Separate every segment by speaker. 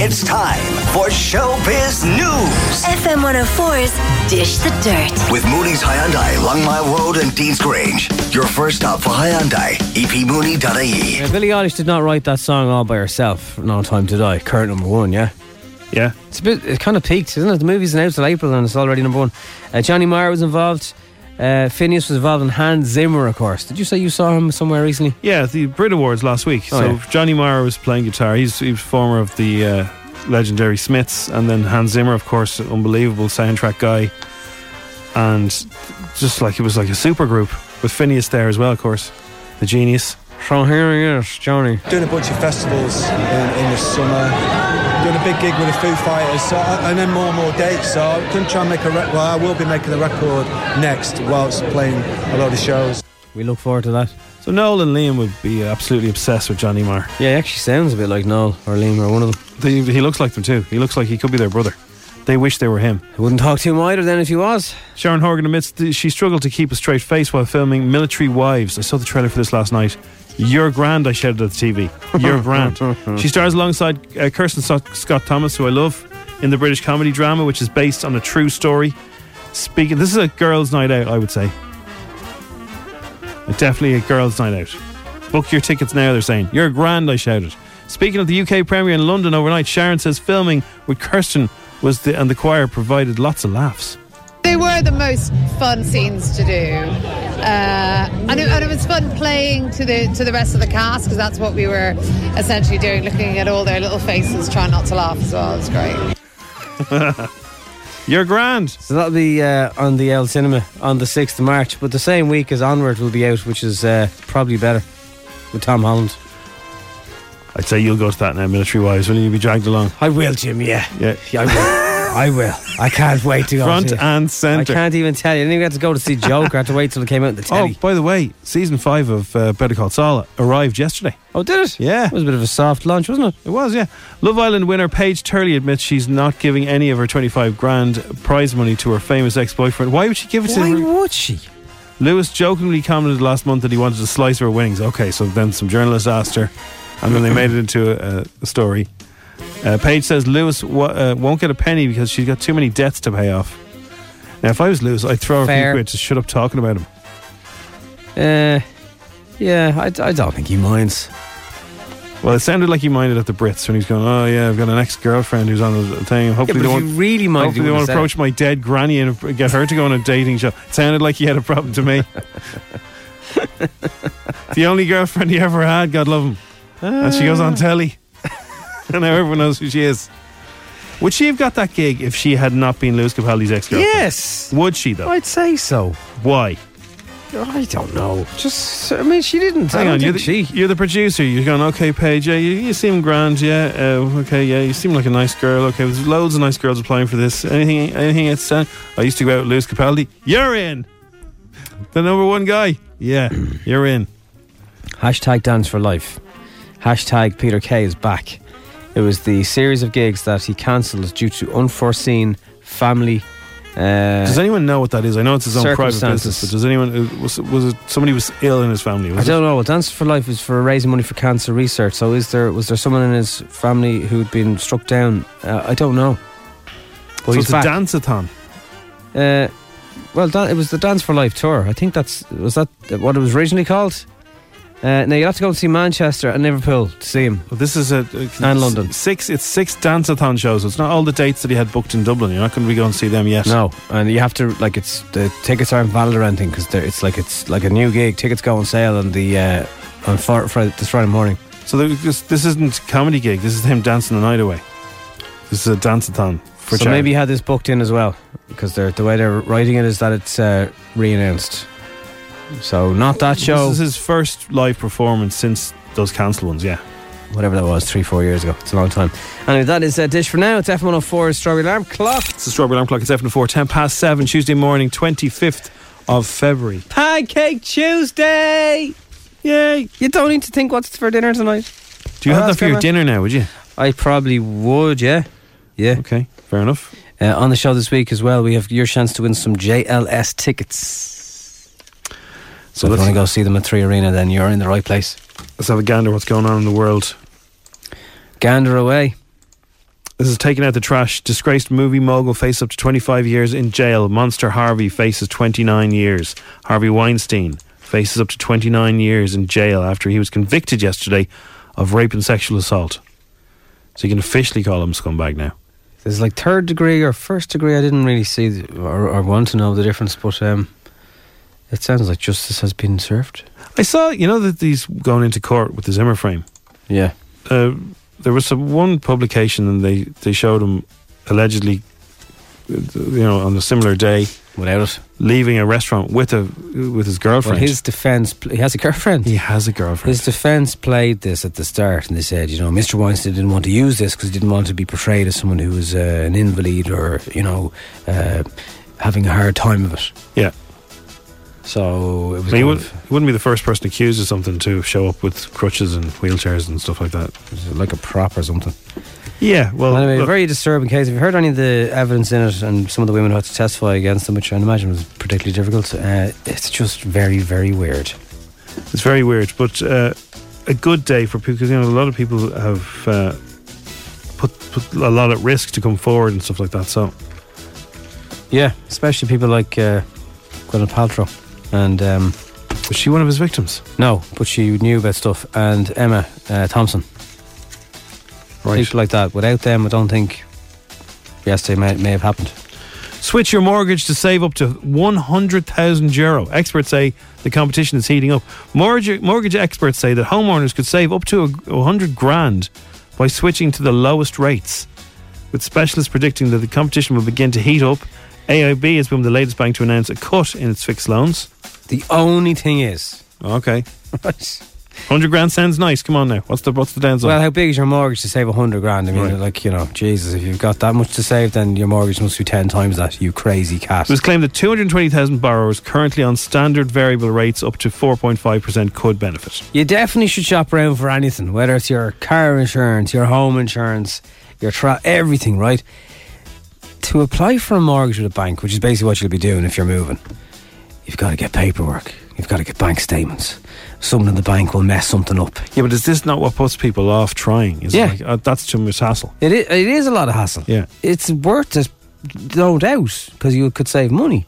Speaker 1: It's time for Showbiz News
Speaker 2: FM 104's Dish the Dirt.
Speaker 1: with Mooney's Hyundai, Long Mile Road, and Dean's Grange. Your first stop for Hyundai, E epmooney.ie.
Speaker 3: Yeah, Billie Eilish did not write that song all by herself. No Time to Die, current number one, yeah.
Speaker 4: Yeah.
Speaker 3: It's a bit, it kind of peaked, isn't it? The movie's announced till April and it's already number one. Uh, Johnny Meyer was involved. Uh, Phineas was involved and Hans Zimmer, of course. Did you say you saw him somewhere recently?
Speaker 4: Yeah, the Brit Awards last week.
Speaker 3: Oh,
Speaker 4: so
Speaker 3: yeah.
Speaker 4: Johnny Marr was playing guitar. He's he was former of the uh, legendary Smiths, and then Hans Zimmer, of course, unbelievable soundtrack guy, and just like it was like a super group with Phineas there as well, of course, the genius.
Speaker 3: So here he is, Johnny.
Speaker 5: doing a bunch of festivals in, in the summer, doing a big gig with the Foo Fighters, so, uh, and then more and more dates. So I couldn't try and make a record. Well, I will be making a record next whilst playing a lot of shows.
Speaker 3: We look forward to that.
Speaker 4: So Noel and Liam would be absolutely obsessed with Johnny Marr.
Speaker 3: Yeah, he actually sounds a bit like Noel or Liam or one of them.
Speaker 4: They, he looks like them too. He looks like he could be their brother. They wish they were him.
Speaker 3: I wouldn't talk to him either then if he was.
Speaker 4: Sharon Horgan admits that she struggled to keep a straight face while filming Military Wives. I saw the trailer for this last night. You're grand, I shouted at the TV. You're grand. she stars alongside uh, Kirsten So- Scott Thomas, who I love, in the British comedy drama, which is based on a true story. Speaking, this is a girls' night out, I would say. Uh, Definitely a girls' night out. Book your tickets now, they're saying. You're grand, I shouted. Speaking of the UK premiere in London overnight, Sharon says filming with Kirsten was the, and the choir provided lots of laughs.
Speaker 6: They were the most fun scenes to do, uh, and, it, and it was fun playing to the to the rest of the cast because that's what we were essentially doing, looking at all their little faces, trying not to laugh as well. It was great.
Speaker 4: You're grand.
Speaker 3: So that'll be uh, on the L Cinema on the 6th of March, but the same week as Onward will be out, which is uh, probably better with Tom Holland.
Speaker 4: I'd say you'll go to that now, military wise. Will you be dragged along?
Speaker 3: I will, Jim, yeah.
Speaker 4: Yeah.
Speaker 3: I will. I will. I can't wait to go
Speaker 4: Front
Speaker 3: see it.
Speaker 4: and
Speaker 3: I
Speaker 4: centre.
Speaker 3: can't even tell you. I didn't even get to go to see Joker. I had to wait till it came out in the
Speaker 4: Oh,
Speaker 3: telly.
Speaker 4: by the way, season five of uh, Better Call Saul arrived yesterday.
Speaker 3: Oh, did it?
Speaker 4: Yeah.
Speaker 3: It was a bit of a soft launch, wasn't it?
Speaker 4: It was, yeah. Love Island winner Paige Turley admits she's not giving any of her 25 grand prize money to her famous ex boyfriend. Why would she give it to her?
Speaker 3: would she?
Speaker 4: Lewis jokingly commented last month that he wanted to slice of her winnings. Okay, so then some journalists asked her, and then they made it into a, a story. Uh, Paige says Lewis wa uh, won't get a penny because she's got too many debts to pay off. Now, if I was Lewis, I'd throw her a
Speaker 3: Fair.
Speaker 4: few quid to shut up talking about him.
Speaker 3: Uh, yeah, I, I don't think he minds.
Speaker 4: Well, it sounded like he minded at the Brits when he's going, "Oh yeah, I've got an ex-girlfriend who's on the thing.
Speaker 3: Yeah,
Speaker 4: Hopefully
Speaker 3: but
Speaker 4: they
Speaker 3: if
Speaker 4: won't."
Speaker 3: you really mind,
Speaker 4: Hopefully, they won't approach my dead granny and get her to go on a dating show. It sounded like he had a problem to me. the only girlfriend he ever had, God love him. And she goes on telly. and now everyone knows who she is. Would she have got that gig if she had not been Lewis Capaldi's ex girlfriend?
Speaker 3: Yes,
Speaker 4: Would she, though?
Speaker 3: I'd say so.
Speaker 4: Why?
Speaker 3: I don't know. Just, I mean, she didn't.
Speaker 4: Hang
Speaker 3: I
Speaker 4: on,
Speaker 3: don't
Speaker 4: you're the,
Speaker 3: think she.
Speaker 4: you're the producer. You're going, okay, Paige, yeah, you, you seem grand, yeah, uh, okay, yeah, you seem like a nice girl. Okay, there's loads of nice girls applying for this. Anything, anything at uh, I used to go out with Lewis Capaldi. You're in. The number one guy. Yeah, you're in.
Speaker 3: Hashtag Dance for Life. Hashtag Peter Kay is back. It was the series of gigs that he cancelled due to unforeseen family. Uh,
Speaker 4: Does anyone know what that is? I know it's his own private
Speaker 3: Circumstances.
Speaker 4: business, but does anyone uh, was was it somebody was ill in his family?
Speaker 3: I
Speaker 4: Was it?
Speaker 3: don't know. Well, Dance for Life is for raising money for cancer research. So, is there was there someone in his family who'd been struck down? Uh, I don't know. But
Speaker 4: so
Speaker 3: he's
Speaker 4: it's
Speaker 3: back.
Speaker 4: a danceathon.
Speaker 3: uh, well, dan- it was the Dance for Life tour. I think that's was that what it was originally called. Uh, now you have to go and see Manchester and Liverpool to see him.
Speaker 4: Well, this is a, uh, a
Speaker 3: And London.
Speaker 4: Six. It's six danceathon shows. It's not all the dates that he had booked in Dublin. You're not going to be going to see them yet.
Speaker 3: No, and you have to like it's the tickets aren't valid or anything because it's like it's like a new gig. Tickets go on sale on the uh, on fr- Friday, this Friday morning.
Speaker 4: So there- this, this isn't a comedy gig. This is him dancing the night away. This is a danceathon for
Speaker 3: so
Speaker 4: charity.
Speaker 3: maybe he had this booked in as well because they're the way they're writing it is that it's uh, re-announced. So not that show,
Speaker 4: This is his first live performance since those cancelled ones. Yeah.
Speaker 3: whatever that was, three four years ago. It's a long time. Anyway, that is uh, dish for now. It's F one hundred four strawberry alarm clock.
Speaker 4: It's the Strawberry Alarm Clock. It's 7 to 4, 10 past 7, Tuesday morning, 25th of February.
Speaker 3: Pancake Tuesday. Yay! You don't need to think what's for dinner tonight.
Speaker 4: Do you
Speaker 3: Oh,
Speaker 4: have
Speaker 3: that's
Speaker 4: that for
Speaker 3: clever.
Speaker 4: your dinner now, would you?
Speaker 3: I probably would. Yeah. Yeah.
Speaker 4: Okay, fair enough.
Speaker 3: Uh, on the show this week as well, we have your chance to win some JLS tickets. So if you
Speaker 4: let's-
Speaker 3: want to go see them at Three Arena, then you're in the right place.
Speaker 4: Let's have a gander what's going on in the world.
Speaker 3: Gander away.
Speaker 4: This is taking out the trash. Disgraced movie mogul faces up to 25 years in jail. Monster Harvey faces 29 years. Harvey Weinstein faces up to 29 years in jail after he was convicted yesterday of rape and sexual assault. So you can officially call him scumbag now.
Speaker 3: There's like third degree or first degree. I didn't really see the, or, or want to know the difference, but um, it sounds like justice has been served.
Speaker 4: I saw, you know, that he's going into court with the Zimmer frame.
Speaker 3: Yeah.
Speaker 4: uh, there was some one publication and they, they showed him allegedly, uh, you know, on a similar day
Speaker 3: Without it.
Speaker 4: leaving a restaurant with a with his
Speaker 3: Well,
Speaker 4: girlfriend.
Speaker 3: his defense, pl- he has a girlfriend.
Speaker 4: he has a girlfriend.
Speaker 3: His defense played this at the start, and they said, you know, Mr. Weinstein didn't want to use this because he didn't want to be portrayed as someone who was uh, an invalid or, you know, uh, having a hard time of it.
Speaker 4: yeah,
Speaker 3: So it
Speaker 4: I
Speaker 3: was.
Speaker 4: mean, he,
Speaker 3: kind
Speaker 4: would,
Speaker 3: of-
Speaker 4: he wouldn't be the first person accused of something to show up with crutches and wheelchairs and stuff like that.
Speaker 3: Is it like a prop or something.
Speaker 4: Yeah, well,
Speaker 3: anyway, a
Speaker 4: look,
Speaker 3: very disturbing case. If you heard any of the evidence in it and some of the women who had to testify against them, which I imagine was particularly difficult, uh, it's just very, very weird.
Speaker 4: it's very weird, but uh, a good day for people because you know a lot of people have uh, put put a lot at risk to come forward and stuff like that. So
Speaker 3: Yeah, especially people like uh, Gwyneth Paltrow. And um,
Speaker 4: was she one of his victims?
Speaker 3: no, but she knew about stuff. And Emma uh, Thompson. People like that. Without them, I don't think yesterday may, may have happened.
Speaker 4: Switch your mortgage to save up to 100,000 euro. Experts say the competition is heating up. Mortgage, mortgage experts say that homeowners could save up to a 100 grand by switching to the lowest rates. With specialists predicting that the competition will begin to heat up, AIB has been the latest bank to announce a cut in its fixed loans.
Speaker 3: The only thing is.
Speaker 4: Okay. 100 grand sounds nice. Come on now. What's the what's the downside?
Speaker 3: Well, how big is your mortgage to save a hundred grand? I mean,
Speaker 4: Right.
Speaker 3: like you know, Jesus, if you've got that much to save, then your mortgage must be ten times that. You crazy cat.
Speaker 4: It was claimed that 220,000 borrowers currently on standard variable rates up to 4.5% could benefit.
Speaker 3: You definitely should shop around for anything, whether it's your car insurance, your home insurance, your tra- everything, right? To apply for a mortgage with a bank, which is basically what you'll be doing if you're moving, you've got to get paperwork. You've got to get bank statements. Someone in the bank will mess something up.
Speaker 4: Yeah, but is this not what puts people off trying? Is it
Speaker 3: Yeah.
Speaker 4: like, uh, that's too much hassle.
Speaker 3: It is, it is a lot of hassle.
Speaker 4: Yeah.
Speaker 3: It's worth it, no doubt, because you could save money.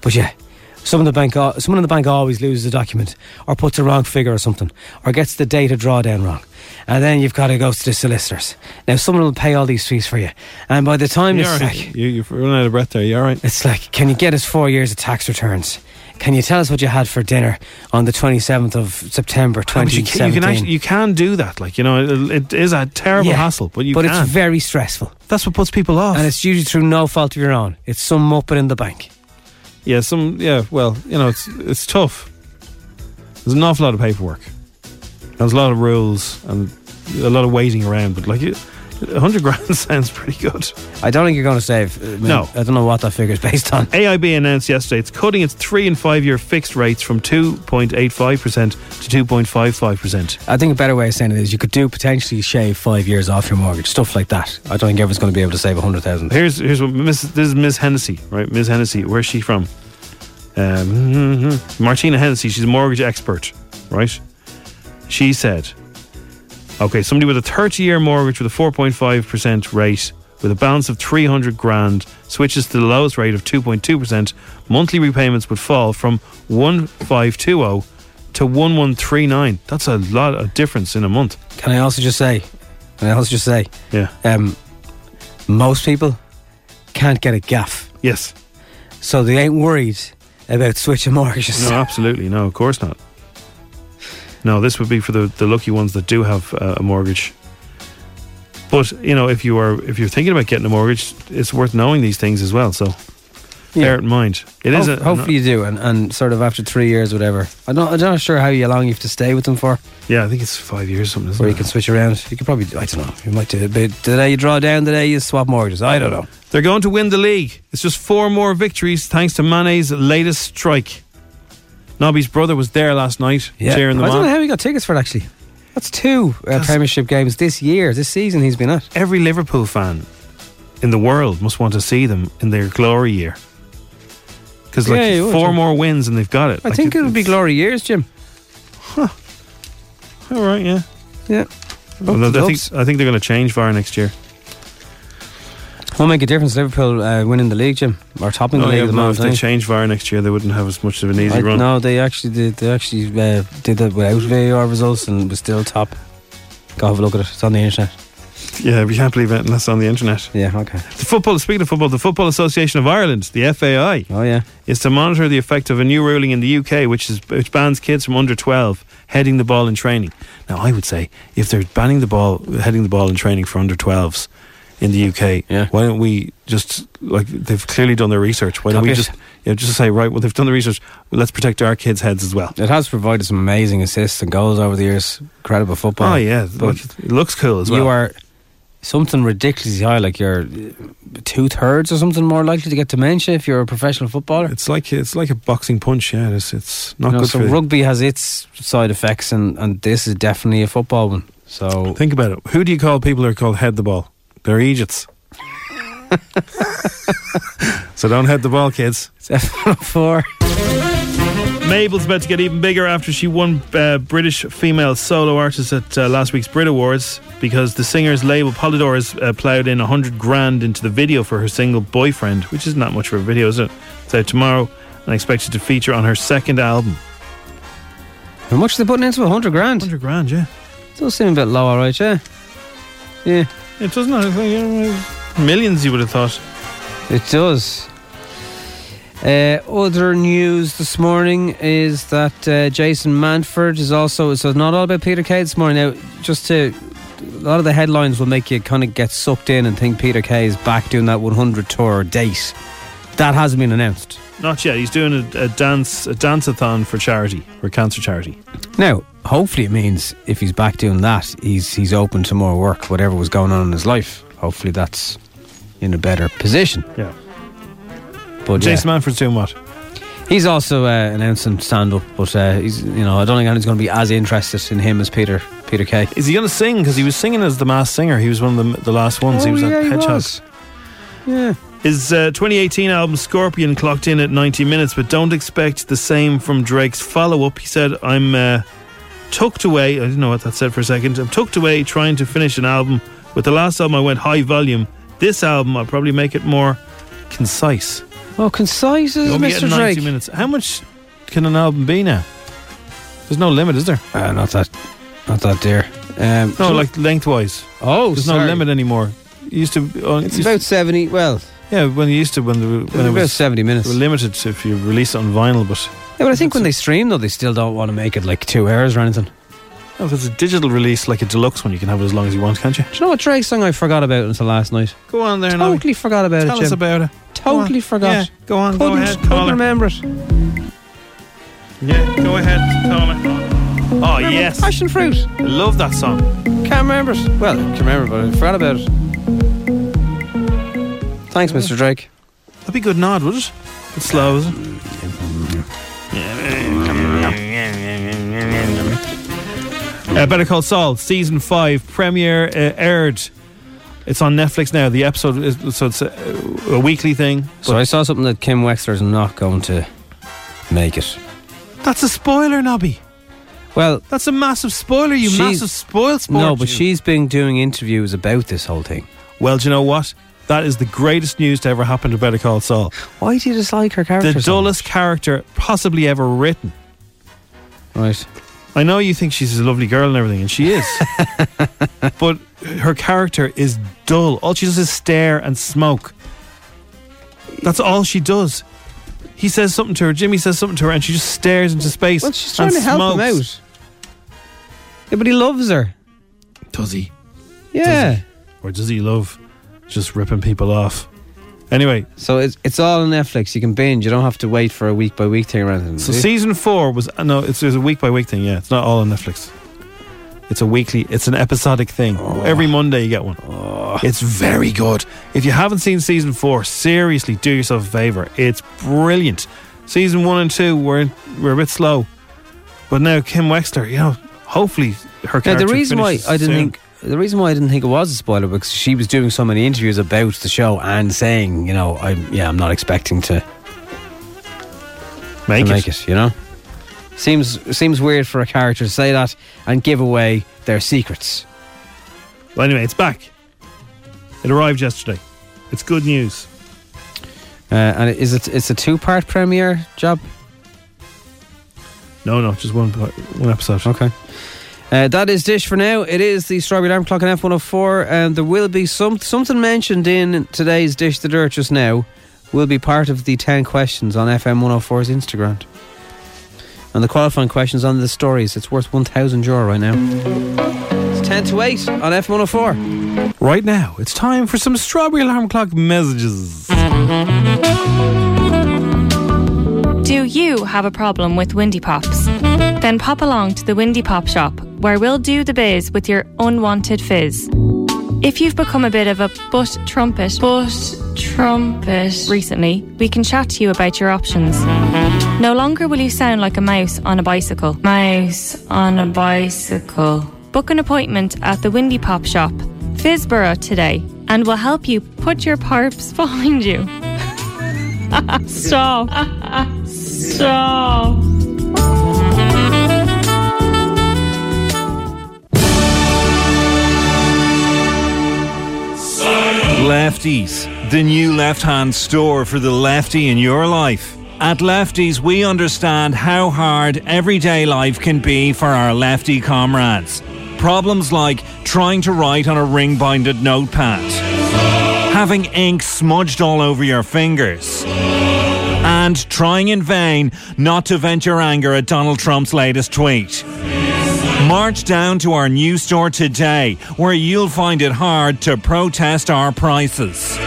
Speaker 3: But yeah, some of the bank, al- someone in the bank always loses a document, or puts a wrong figure or something, or gets the date of drawdown wrong, and then you've got to go to the solicitors. Now someone will pay all these fees for you, and by the time
Speaker 4: You're
Speaker 3: it's
Speaker 4: all right.
Speaker 3: like,
Speaker 4: You, you've run out of breath there. You all right?
Speaker 3: it's like, can you get us four years of tax returns? Can you tell us what you had for dinner on the twenty seventh of September,
Speaker 4: But
Speaker 3: twenty
Speaker 4: you, can, you, can actually,
Speaker 3: seventeen?
Speaker 4: you can do that. Like, you know, it, it is a terrible hassle, but you
Speaker 3: but
Speaker 4: can.
Speaker 3: it's very stressful.
Speaker 4: that's what puts people off.
Speaker 3: And it's usually through no fault of your own. It's some muppet in the bank.
Speaker 4: yeah, some, yeah, well, you know, it's, it's tough. There's an awful lot of paperwork. There's a lot of rules and a lot of waiting around, but like, it, 100 grand sounds pretty good.
Speaker 3: I don't think you're going to save. uh, I mean,
Speaker 4: No.
Speaker 3: I don't know what that figure is based on.
Speaker 4: AIB announced yesterday it's cutting its three and five year fixed rates from 2.85% to 2.55%.
Speaker 3: I think a better way of saying it is you could do potentially shave five years off your mortgage, stuff like that. I don't think everyone's going to be able to save a hundred thousand.
Speaker 4: Here's here's what Miss this is Miss Hennessy, right? Miss Hennessy, where's she from? Um, Martina Hennessy, she's a mortgage expert, right? She said, okay, somebody with a 30 year mortgage with a 4.5% rate with a balance of 300 grand switches to the lowest rate of 2.2%, monthly repayments would fall from 1520 to 1139. That's a lot of difference in a month.
Speaker 3: Can I also just say? Can I also just say?
Speaker 4: Yeah.
Speaker 3: Um, most people can't get a gaff,
Speaker 4: Yes.
Speaker 3: so they ain't worried about switching mortgages.
Speaker 4: No, absolutely. No, of course not. No, this would be for the, the lucky ones that do have uh, a mortgage. But you know, if you are if you're thinking about getting a mortgage, it's worth knowing these things as well. So bear it in mind. It is.
Speaker 3: Ho-
Speaker 4: a,
Speaker 3: hopefully you do, and, and sort of after three years, whatever. I'm not, I'm not sure how you- long you have to stay with them for.
Speaker 4: yeah, I think it's five years or something. Isn't
Speaker 3: Where
Speaker 4: it?
Speaker 3: you can switch around. You could probably, I don't know, you might do it. But the day you draw down, the day you swap mortgages. I don't know.
Speaker 4: They're going to win the league. It's just four more victories thanks to Mane's latest strike. Nobby's brother was there last night cheering them
Speaker 3: I don't know
Speaker 4: on.
Speaker 3: how he got tickets for it, actually. That's two uh, Premiership games this year, this season he's been at.
Speaker 4: Every Liverpool fan in the world must want to see them in their glory year. Because like
Speaker 3: Yeah, you would,
Speaker 4: four
Speaker 3: yeah.
Speaker 4: more wins and they've got it.
Speaker 3: I
Speaker 4: Like,
Speaker 3: think
Speaker 4: it-
Speaker 3: it'll be
Speaker 4: it's-
Speaker 3: glory years, Jim.
Speaker 4: All right, yeah.
Speaker 3: Yeah.
Speaker 4: Although
Speaker 3: the
Speaker 4: I think
Speaker 3: Dubs.
Speaker 4: I think they're going to change VAR next year.
Speaker 3: Won't make a difference. Liverpool uh, winning the league, Jim, or topping the
Speaker 4: Oh,
Speaker 3: league
Speaker 4: yeah,
Speaker 3: at the
Speaker 4: no,
Speaker 3: moment.
Speaker 4: if they
Speaker 3: I think.
Speaker 4: change VAR next year, they wouldn't have as much of an easy
Speaker 3: I-
Speaker 4: run.
Speaker 3: No, they actually did. They actually uh, did that without VAR results and was still top. Go have a look at it. It's on the internet.
Speaker 4: Yeah, we can't believe it unless on the internet.
Speaker 3: Yeah. Okay.
Speaker 4: The football. Speaking of football, the Football Association of Ireland, the FAI,
Speaker 3: Oh yeah.
Speaker 4: is to monitor the effect of a new ruling in the UK, which is which bans kids from under twelve heading the ball in training. Now, I would say if they're banning the ball, heading the ball in training for under twelves in the UK,
Speaker 3: Yeah.
Speaker 4: why don't we just like they've clearly done their research? Why don't
Speaker 3: Copy
Speaker 4: we
Speaker 3: it.
Speaker 4: just you know, just say right? Well, they've done the research. Let's protect our kids' heads as well.
Speaker 3: It has provided some amazing assists and goals over the years. Incredible football.
Speaker 4: Oh yeah,
Speaker 3: But
Speaker 4: look, it looks cool as well.
Speaker 3: you are something ridiculously high. Like you're two thirds or something more likely to get dementia if you're a professional footballer.
Speaker 4: It's like it's like a boxing punch. Yeah, it's it's not
Speaker 3: You know,
Speaker 4: good
Speaker 3: so
Speaker 4: for you.
Speaker 3: rugby has its side effects, and, and this is definitely a football one. So
Speaker 4: Think about it. Who do you call people who are called head the ball? They're Egypts. so don't head the ball, kids.
Speaker 3: it's F104.
Speaker 4: Mabel's about to get even bigger after she won uh, British Female Solo Artist at uh, last week's Brit Awards because the singer's label Polydor has uh, ploughed in 100 grand into the video for her single Boyfriend, which isn't that much for a video, is it? It's out tomorrow and expected to feature on her second album.
Speaker 3: How much are they putting into a hundred grand?
Speaker 4: 100 grand, yeah.
Speaker 3: Does seem a bit low, all right, yeah. Yeah,
Speaker 4: It doesn't have millions, you would have thought.
Speaker 3: it does. Uh, other news this morning is that uh, Jason Manford is also. So it's not all about Peter Kay this morning. Now, just to a lot of the headlines will make you kind of get sucked in and think Peter Kay is back doing that 100 tour date. That hasn't been announced.
Speaker 4: Not yet. He's doing a, a dance a dance-a-thon for charity, for cancer charity.
Speaker 3: Now, hopefully, it means if he's back doing that, he's he's open to more work, whatever was going on in his life. Hopefully, that's in a better position.
Speaker 4: Yeah.
Speaker 3: But yeah.
Speaker 4: Jason Manford's doing what?
Speaker 3: he's also uh, announcing stand up, but uh, he's you know I don't think anyone's going to be as interested in him as Peter Peter Kay.
Speaker 4: Is he going to sing? Because he was singing as the mass singer. He was one of the, the last ones. Oh, he was at Hedgehog.
Speaker 3: Yeah,
Speaker 4: His uh, 2018 album Scorpion clocked in at 90 minutes, but don't expect the same from Drake's follow-up. He said, "I'm uh, tucked away." I didn't know what that said for a second. I'm tucked away trying to finish an album. With the last album, I went high volume. This album, I'll probably make it more concise.
Speaker 3: oh, concise is
Speaker 4: You'll be
Speaker 3: Mr.
Speaker 4: getting 90
Speaker 3: Drake.
Speaker 4: minutes. How much can an album be now? There's no limit, is there?
Speaker 3: Uh, not that, not that dear. Um,
Speaker 4: No, like lengthwise.
Speaker 3: oh,
Speaker 4: There's
Speaker 3: sorry.
Speaker 4: no limit anymore. You used to. oh,
Speaker 3: It's
Speaker 4: used
Speaker 3: about seventy. Well,
Speaker 4: yeah, when you used to when the, when it
Speaker 3: about
Speaker 4: was
Speaker 3: seventy minutes.
Speaker 4: they were limited to if you release it on vinyl, but
Speaker 3: Yeah, but I think when they stream though, they still don't want to make it like two hours or anything.
Speaker 4: no, if it's oh, a digital release like a deluxe one, you can have it as long as you want, can't you?
Speaker 3: Do you know what Drake song I forgot about until last night?
Speaker 4: Go on there now.
Speaker 3: Totally forgot about
Speaker 4: Tell
Speaker 3: it,
Speaker 4: us
Speaker 3: Jim.
Speaker 4: about it. Go
Speaker 3: totally
Speaker 4: on.
Speaker 3: forgot.
Speaker 4: Yeah, go on.
Speaker 3: Couldn't,
Speaker 4: go ahead.
Speaker 3: couldn't
Speaker 4: Colin.
Speaker 3: remember it.
Speaker 4: Yeah, go ahead. Colin. Oh
Speaker 3: Remember
Speaker 4: yes, I
Speaker 3: Passion fruit.
Speaker 4: love that song.
Speaker 3: Can't remember it. Well, I can remember, but I forgot about it. Thanks, Mr. Drake.
Speaker 4: That'd be a good nod, would it? It's slow, is it? Uh, Better Call Saul season five premiere uh, aired. It's on Netflix now. The episode, is, so it's a, a weekly thing.
Speaker 3: So I saw something that Kim Wexler's not going to make it.
Speaker 4: That's a spoiler, Nobby.
Speaker 3: Well,
Speaker 4: That's a massive spoiler. You
Speaker 3: She's-
Speaker 4: massive spoil sport.
Speaker 3: no, but
Speaker 4: you.
Speaker 3: she's been doing interviews about this whole thing.
Speaker 4: Well, do you know what? That is the greatest news to ever happen to Better Call Saul.
Speaker 3: Why do you dislike her character?
Speaker 4: The
Speaker 3: so
Speaker 4: dullest character possibly ever written.
Speaker 3: much? Right.
Speaker 4: I know you think she's a lovely girl and everything, and she is. but her character is dull. All she does is stare and smoke. That's all she does. He says something to her, Jimmy says something to her, and she just stares into space.
Speaker 3: Well, she's trying
Speaker 4: and
Speaker 3: to help him
Speaker 4: smokes.
Speaker 3: out. Yeah, but he loves her.
Speaker 4: Does he?
Speaker 3: Yeah.
Speaker 4: Or does he love just ripping people off? Anyway,
Speaker 3: So it's it's all on Netflix. You can binge. You don't have to wait for a week by week thing or anything.
Speaker 4: So season four was uh, no, it's, it's a week by week thing. Yeah, it's not all on Netflix. It's a weekly. It's an episodic thing. Every Monday you get one. It's very good. If you haven't seen season four, seriously, do yourself a favor. It's brilliant. Season one and two were were a bit slow, but now Kim Wexler, you know, hopefully her
Speaker 3: now the
Speaker 4: character.
Speaker 3: reason why
Speaker 4: finishes
Speaker 3: I didn't
Speaker 4: soon.
Speaker 3: think the reason why I didn't think it was a spoiler because she was doing so many interviews about the show and saying, you know, I yeah, I'm not expecting to, to
Speaker 4: make,
Speaker 3: make
Speaker 4: it.
Speaker 3: it. You know, seems seems weird for a character to say that and give away their secrets.
Speaker 4: Well, anyway, it's back. It arrived yesterday.
Speaker 7: It's good news.
Speaker 3: Uh, and is it? It's a two-part premiere job.
Speaker 7: No, no, just one part- one episode.
Speaker 3: Okay. Uh, that is dish for now. It is the strawberry alarm clock on F one hundred four, and there will be some something mentioned in today's dish the dirt just now. Will be part of the ten questions on FM 104's Instagram, and the qualifying questions on the stories. It's worth one thousand euro right now. It's ten to eight on F one hundred four.
Speaker 7: Right now, it's time for some strawberry alarm clock messages.
Speaker 8: Do you have a problem with Windy Pops? Then pop along to the Windy Pop Shop, where we'll do the biz with your unwanted fizz. If you've become a bit of a butt trumpet, butt trumpet recently, we can chat to you about your options. No longer will you sound like a mouse on a bicycle. Mouse on a bicycle. Book an appointment at the Windy Pop Shop, Fizzborough today, and we'll help you put your parps behind you. Stop. Stop.
Speaker 4: Lefties, the new left hand store for the lefty in your life. At Lefties, we understand how hard everyday life can be for our lefty comrades. Problems like trying to write on a ring binded notepad, having ink smudged all over your fingers, and trying in vain not to vent your anger at Donald Trump's latest tweet. March down to our new store today, where you'll find it hard to protest our prices.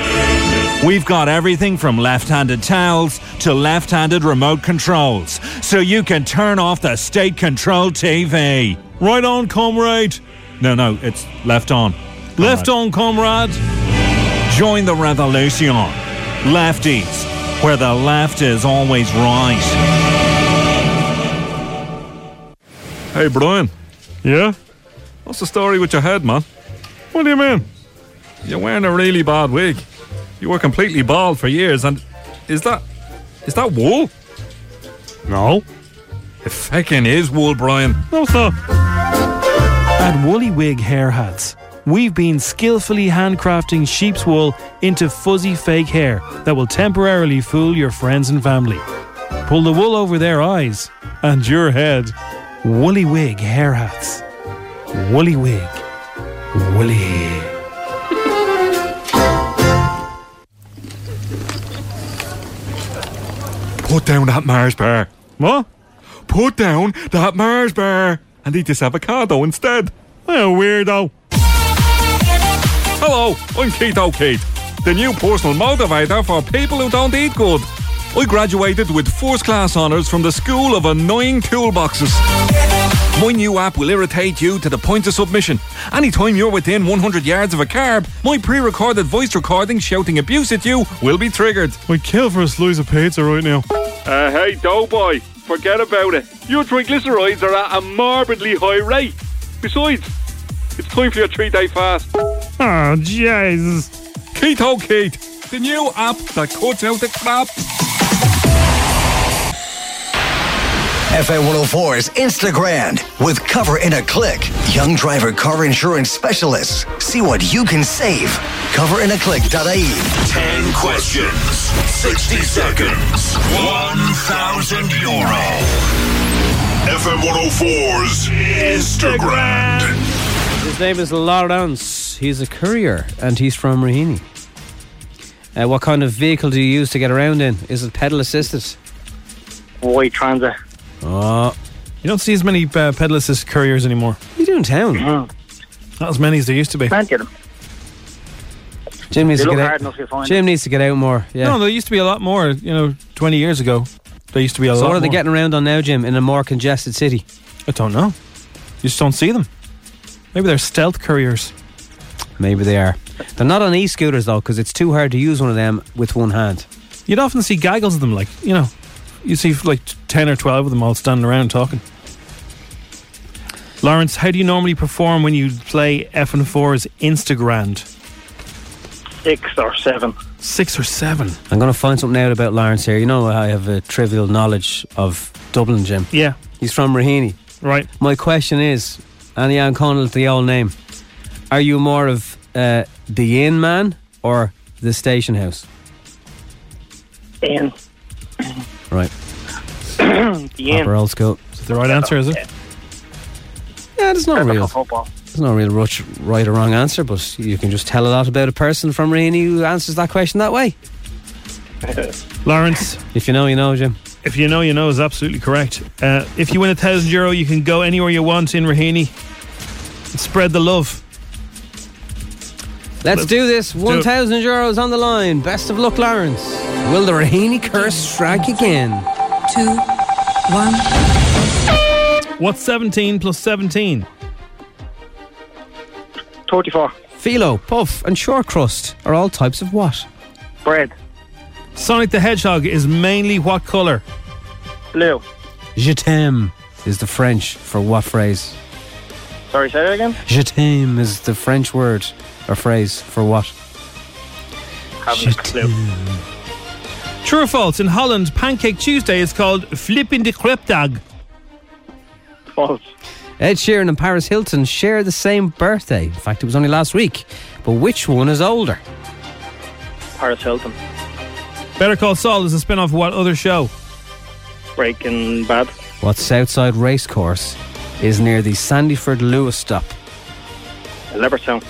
Speaker 4: We've got everything from left handed towels to left handed remote controls, so you can turn off the state controlled TV. Right on, comrade. No, no, it's left on.
Speaker 7: Left on, comrade.
Speaker 4: Join the revolution. Lefties, where the left is always right.
Speaker 9: Hey, Brian,
Speaker 7: Yeah?
Speaker 9: what's the story with your head, man?
Speaker 7: What do you mean?
Speaker 9: You're wearing a really bad wig. You were completely bald for years, and is that is that wool?
Speaker 7: No.
Speaker 9: It fucking is wool, Brian.
Speaker 7: No, sir. At Woolly Wig Hair Hats, we've been skillfully handcrafting sheep's wool into fuzzy fake hair that will temporarily fool your friends and family. Pull the wool over their eyes and your head. Woolly Wig Hair Hats. Woolly Wig. Woolly.
Speaker 9: Put down that Mars bar.
Speaker 7: What?
Speaker 9: Put down that Mars bar and eat this avocado instead.
Speaker 7: What a weirdo.
Speaker 9: Hello, I'm Keith O'Keefe, the new personal motivator for people who don't eat good. I graduated with first class honours from the School of Annoying Toolboxes. My new app will irritate you to the point of submission. Anytime you're within 100 yards of a carb, my pre recorded voice recording shouting abuse at you will be triggered.
Speaker 7: We kill for a slice of pizza right now.
Speaker 9: Uh, hey, Doughboy, forget about it. Your triglycerides are at a morbidly high rate. Besides, it's time for your three day fast.
Speaker 7: Oh, Jesus.
Speaker 9: Keto Kate, the new app that cuts out the crap.
Speaker 1: FM 104's Instagram with Cover in a Click. Young driver car insurance specialists. See what you can save. Coverinaclick.ie.
Speaker 10: 10 questions, 60 seconds, 1,000 euro. FM 104's Instagram.
Speaker 3: His name is Lawrence. He's a courier and he's from Rahini. Uh, what kind of vehicle do you use to get around in? Is it pedal assisted?
Speaker 11: White Transit.
Speaker 3: Oh,
Speaker 7: You don't see as many uh, pedal assist couriers anymore.
Speaker 3: you do in town.
Speaker 11: Mm.
Speaker 7: Not as many as there used to be.
Speaker 11: Can't get them.
Speaker 3: Jim needs
Speaker 11: They
Speaker 3: to
Speaker 11: look
Speaker 3: get
Speaker 11: hard
Speaker 3: out.
Speaker 11: enough to find.
Speaker 3: Jim needs to get out more. Yeah.
Speaker 7: No, there used to be a lot more. You know, twenty years ago, there used to be a
Speaker 3: so
Speaker 7: lot.
Speaker 3: what are they
Speaker 7: more.
Speaker 3: getting around on now, Jim? In a more congested city?
Speaker 7: I don't know. You just don't see them. Maybe they're stealth couriers.
Speaker 3: Maybe they are. They're not on e-scooters though, because it's too hard to use one of them with one hand.
Speaker 7: You'd often see gaggles of them, like you know, you see like ten or twelve of them all standing around talking. Lawrence, how do you normally perform when you play F and 4's Instagram?
Speaker 11: Six or seven.
Speaker 7: Six or seven?
Speaker 3: I'm going to find something out about Lawrence here. You know, I have a trivial knowledge of Dublin, Jim.
Speaker 7: Yeah,
Speaker 3: He's from Rahini.
Speaker 7: right.
Speaker 3: My question is, and Ian Connell's the old name, are you more of uh, the in man or the station house?
Speaker 12: In.
Speaker 3: Right.
Speaker 12: the
Speaker 3: Proper old school.
Speaker 4: Is the right answer, is it?
Speaker 3: Yeah, there's no real,
Speaker 12: Football.
Speaker 3: there's no real rush, right or wrong answer, but you can just tell a lot about a person from Rainy who answers that question that way.
Speaker 4: Lawrence,
Speaker 3: If you know, you know, Jim.
Speaker 4: if you know, you know is absolutely correct. Uh, if you win a thousand euro, you can go anywhere you want in Rahini. And spread the love.
Speaker 3: Let's do this. 1,000 euros on the line. Best of luck, Lawrence. Will the Rahini curse strike again?
Speaker 2: Two, one.
Speaker 4: What's 17 plus 17?
Speaker 12: 34.
Speaker 3: Philo, puff, and short crust are all types of what?
Speaker 12: Bread.
Speaker 4: Sonic the Hedgehog is mainly what colour?
Speaker 12: Blue.
Speaker 3: Je t'aime is the French for what phrase?
Speaker 12: Sorry, say that again?
Speaker 3: Je t'aime is the French word or phrase for what?
Speaker 12: Haven't a clue.
Speaker 4: True or false? In Holland, Pancake Tuesday is called Flipping the Cryptag.
Speaker 12: False.
Speaker 3: Ed Sheeran and Paris Hilton share the same birthday. In fact, it was only last week. But which one is older?
Speaker 12: Paris Hilton.
Speaker 4: Better Call Saul is a spin off of what other show?
Speaker 12: Breaking Bad.
Speaker 3: What Southside Racecourse is near the Sandyford Lewis stop?
Speaker 12: Leopardstown.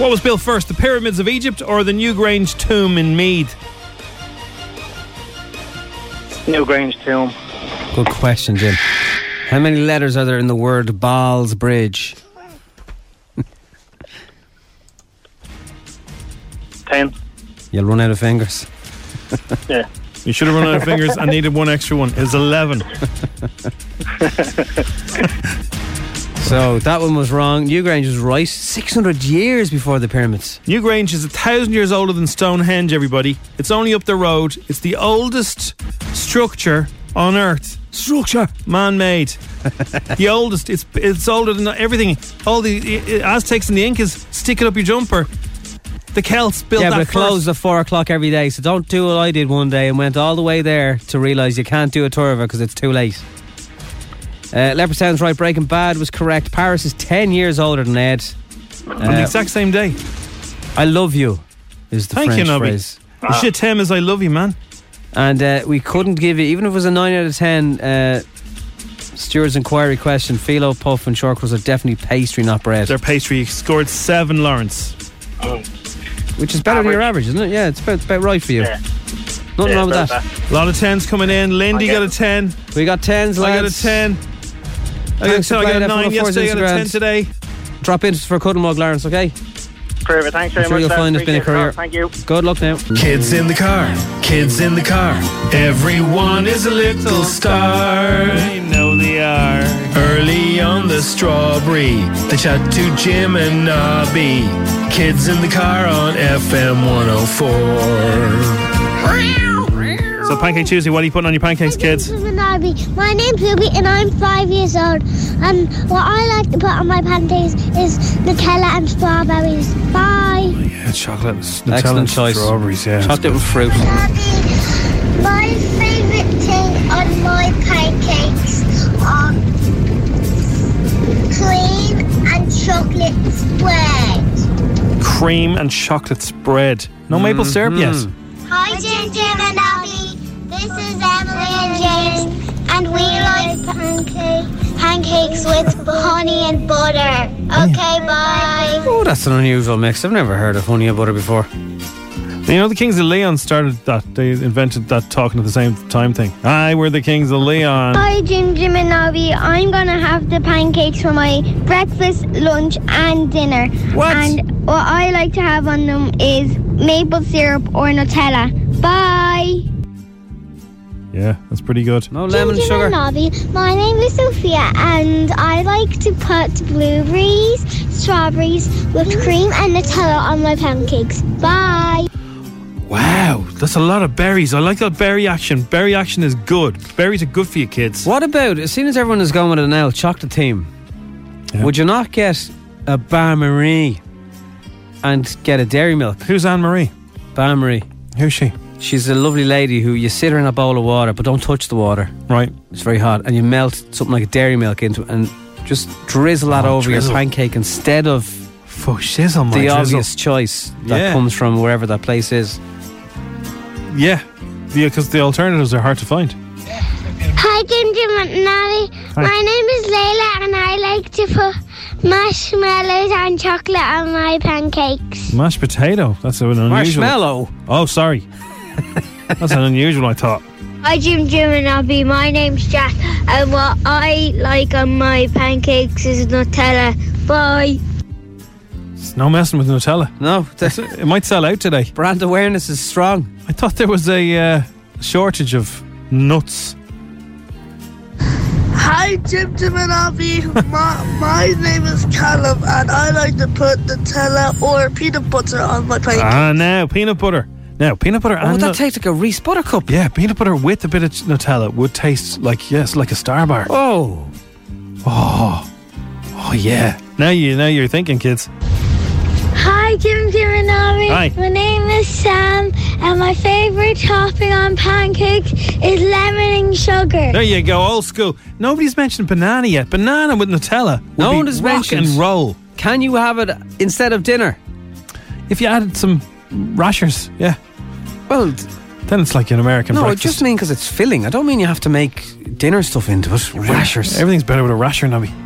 Speaker 4: What was built first, the Pyramids of Egypt or the Newgrange Tomb in Mead?
Speaker 12: Newgrange Tomb.
Speaker 3: Good question, Jim. How many letters are there in the word Balls Bridge?
Speaker 12: 10.
Speaker 3: You'll run out of fingers.
Speaker 12: Yeah.
Speaker 4: You should have run out of fingers. I needed one extra one. It's 11.
Speaker 3: So that one was wrong. Newgrange was right. 600 years before the pyramids.
Speaker 4: Newgrange is a thousand years older than Stonehenge, everybody. It's only up the road. It's the oldest structure on Earth. Structure. Man made. the oldest. It's it's older than everything. All the i- i- Aztecs and the Incas stick it up your jumper. The Celts built
Speaker 3: yeah,
Speaker 4: that
Speaker 3: but it
Speaker 4: first.
Speaker 3: closed at 4 o'clock every day, so don't do what I did one day and went all the way there to realise you can't do a tour of it because it's too late. Uh, Leopardstown's right. Breaking Bad was correct. Paris is 10 years older than Ed.
Speaker 4: on the
Speaker 3: Uh,
Speaker 4: exact same day.
Speaker 3: I love you is the
Speaker 4: Thank you,
Speaker 3: French
Speaker 4: Nobby.
Speaker 3: phrase.
Speaker 4: Je t'aime as I love you, man.
Speaker 3: And uh, we couldn't give you, even if it was a 9 out of 10, uh, Stuart's inquiry question, phyllo, puff and shortcrust are definitely pastry, not bread.
Speaker 4: Their pastry scored seven, Lawrence.
Speaker 3: Which is better than your average, isn't it? Yeah, it's about, about right for you.
Speaker 12: Yeah.
Speaker 3: Nothing
Speaker 12: Yeah,
Speaker 3: wrong with
Speaker 12: about
Speaker 3: that.
Speaker 4: A lot of tens coming in. Lindy
Speaker 12: I
Speaker 4: got a
Speaker 12: guess.
Speaker 4: ten.
Speaker 3: We got 10s,
Speaker 4: I got a
Speaker 3: lads.
Speaker 4: ten. I got a
Speaker 3: Thanks for
Speaker 4: ten. I got
Speaker 3: playing
Speaker 4: a
Speaker 3: F104's
Speaker 4: nine yesterday. I got a ten
Speaker 3: Instagrams.
Speaker 4: today.
Speaker 3: Drop in for Cudmore, Lawrence, okay?
Speaker 12: Perfect. Thanks very
Speaker 3: sure
Speaker 12: much.
Speaker 3: you'll
Speaker 12: lads.
Speaker 3: find it's been
Speaker 12: Appreciate
Speaker 3: a
Speaker 12: it.
Speaker 3: career.
Speaker 12: Oh, Thank you.
Speaker 3: Good luck now.
Speaker 13: Kids in the car. Kids in the car.
Speaker 4: Everyone is a little star. They know they are.
Speaker 13: Early on the strawberry, they chat to Jim and Nobby. Kids in the car on FM 104.
Speaker 4: So Pancake Tuesday, what are you putting on your pancakes, kids?
Speaker 10: My name's Ruby and I'm five years old. And what I like to put on my pancakes is Nutella and strawberries. Bye.
Speaker 4: Yeah, chocolate.
Speaker 3: Excellent choice.
Speaker 4: Strawberries, yeah.
Speaker 3: Chocolate with fruit.
Speaker 10: Daddy, my favourite thing on my pancakes are cream and chocolate spread.
Speaker 4: Cream and chocolate spread. No maple
Speaker 13: Mm-hmm.
Speaker 4: syrup, yes.
Speaker 10: Hi, Jim, Jim and Abby. This is Emily and James, and we like pancake, pancakes with honey and butter. Okay, bye.
Speaker 3: Oh, that's an unusual mix. I've never heard of honey and butter before.
Speaker 4: You know the Kings of Leon started that. They invented that talking at the same time thing. I were the Kings of Leon.
Speaker 10: Hi, Jim, Jim, and Abby. I'm gonna have the pancakes for my breakfast, lunch, and dinner.
Speaker 4: What?
Speaker 10: And what I like to have on them is maple syrup or Nutella. Bye.
Speaker 4: Yeah, that's pretty good.
Speaker 3: No lemon sugar.
Speaker 10: Abby. My name is Sophia, and I like to put blueberries, strawberries, whipped cream, and Nutella on my pancakes. Bye.
Speaker 4: Wow, that's a lot of berries. I like that berry action. Berry action is good. Berries are good for you, kids.
Speaker 3: What about, as soon as everyone is going with an L, chocolate team, would you not get a Bain Marie and get a Dairy Milk?
Speaker 4: Who's Anne Marie?
Speaker 3: Bain Marie.
Speaker 4: Who's she?
Speaker 3: She's a lovely lady who you sit her in a bowl of water, but don't touch the water.
Speaker 4: Right.
Speaker 3: It's very hot, and you melt something like a Dairy Milk into it and just Oh, drizzle that over
Speaker 4: drizzle.
Speaker 3: your pancake instead of
Speaker 4: Fuck shizzle, my
Speaker 3: the
Speaker 4: jizzle.
Speaker 3: obvious choice that
Speaker 4: Yeah.
Speaker 3: comes from wherever that place is.
Speaker 4: Yeah, yeah, because the alternatives are hard to find.
Speaker 10: Hi, Ginger McNally.
Speaker 4: Hi.
Speaker 10: My name is Layla, and I like to put marshmallows and chocolate on my pancakes.
Speaker 4: Mashed potato. That's an unusual.
Speaker 10: Marshmallow.
Speaker 4: Oh, sorry. That's an unusual. I thought.
Speaker 14: Hi, Jim, Jim, and Abby. My name's Jack, and what I like on my pancakes is Nutella. Bye.
Speaker 4: It's no messing with Nutella.
Speaker 3: No,
Speaker 4: that's it. It might sell out today.
Speaker 3: Brand awareness is strong.
Speaker 4: I thought there was a uh, shortage of nuts.
Speaker 15: Hi, Jim Jim and Abby. my, my name is Callum, and I like to put Nutella or peanut butter on my plate.
Speaker 4: Ah, now peanut butter. Now peanut butter.
Speaker 15: Oh,
Speaker 4: and
Speaker 15: that
Speaker 3: tastes like a Reese buttercup.
Speaker 4: Yeah, peanut butter with a bit of Nutella would taste like yes, like a star bar.
Speaker 3: Oh,
Speaker 4: oh, oh yeah. Now you now you're thinking, kids.
Speaker 14: Hi, Jim, Jim, and Abby.
Speaker 4: Hi.
Speaker 14: My name is Sam, and my favorite topping on pancakes is lemon and sugar.
Speaker 4: There you go, old school. Nobody's mentioned banana yet. Banana with Nutella. would
Speaker 3: No
Speaker 4: be
Speaker 3: one has
Speaker 4: rock
Speaker 3: mentioned.
Speaker 4: and roll.
Speaker 3: Can you have it instead of dinner?
Speaker 4: If you added some rashers, yeah.
Speaker 3: Well,
Speaker 4: then it's like an American
Speaker 3: no, I
Speaker 4: breakfast.
Speaker 3: just mean because it's filling. I don't mean you have to make dinner stuff into it. Rashers.
Speaker 4: Everything's better with a rasher, Nobby.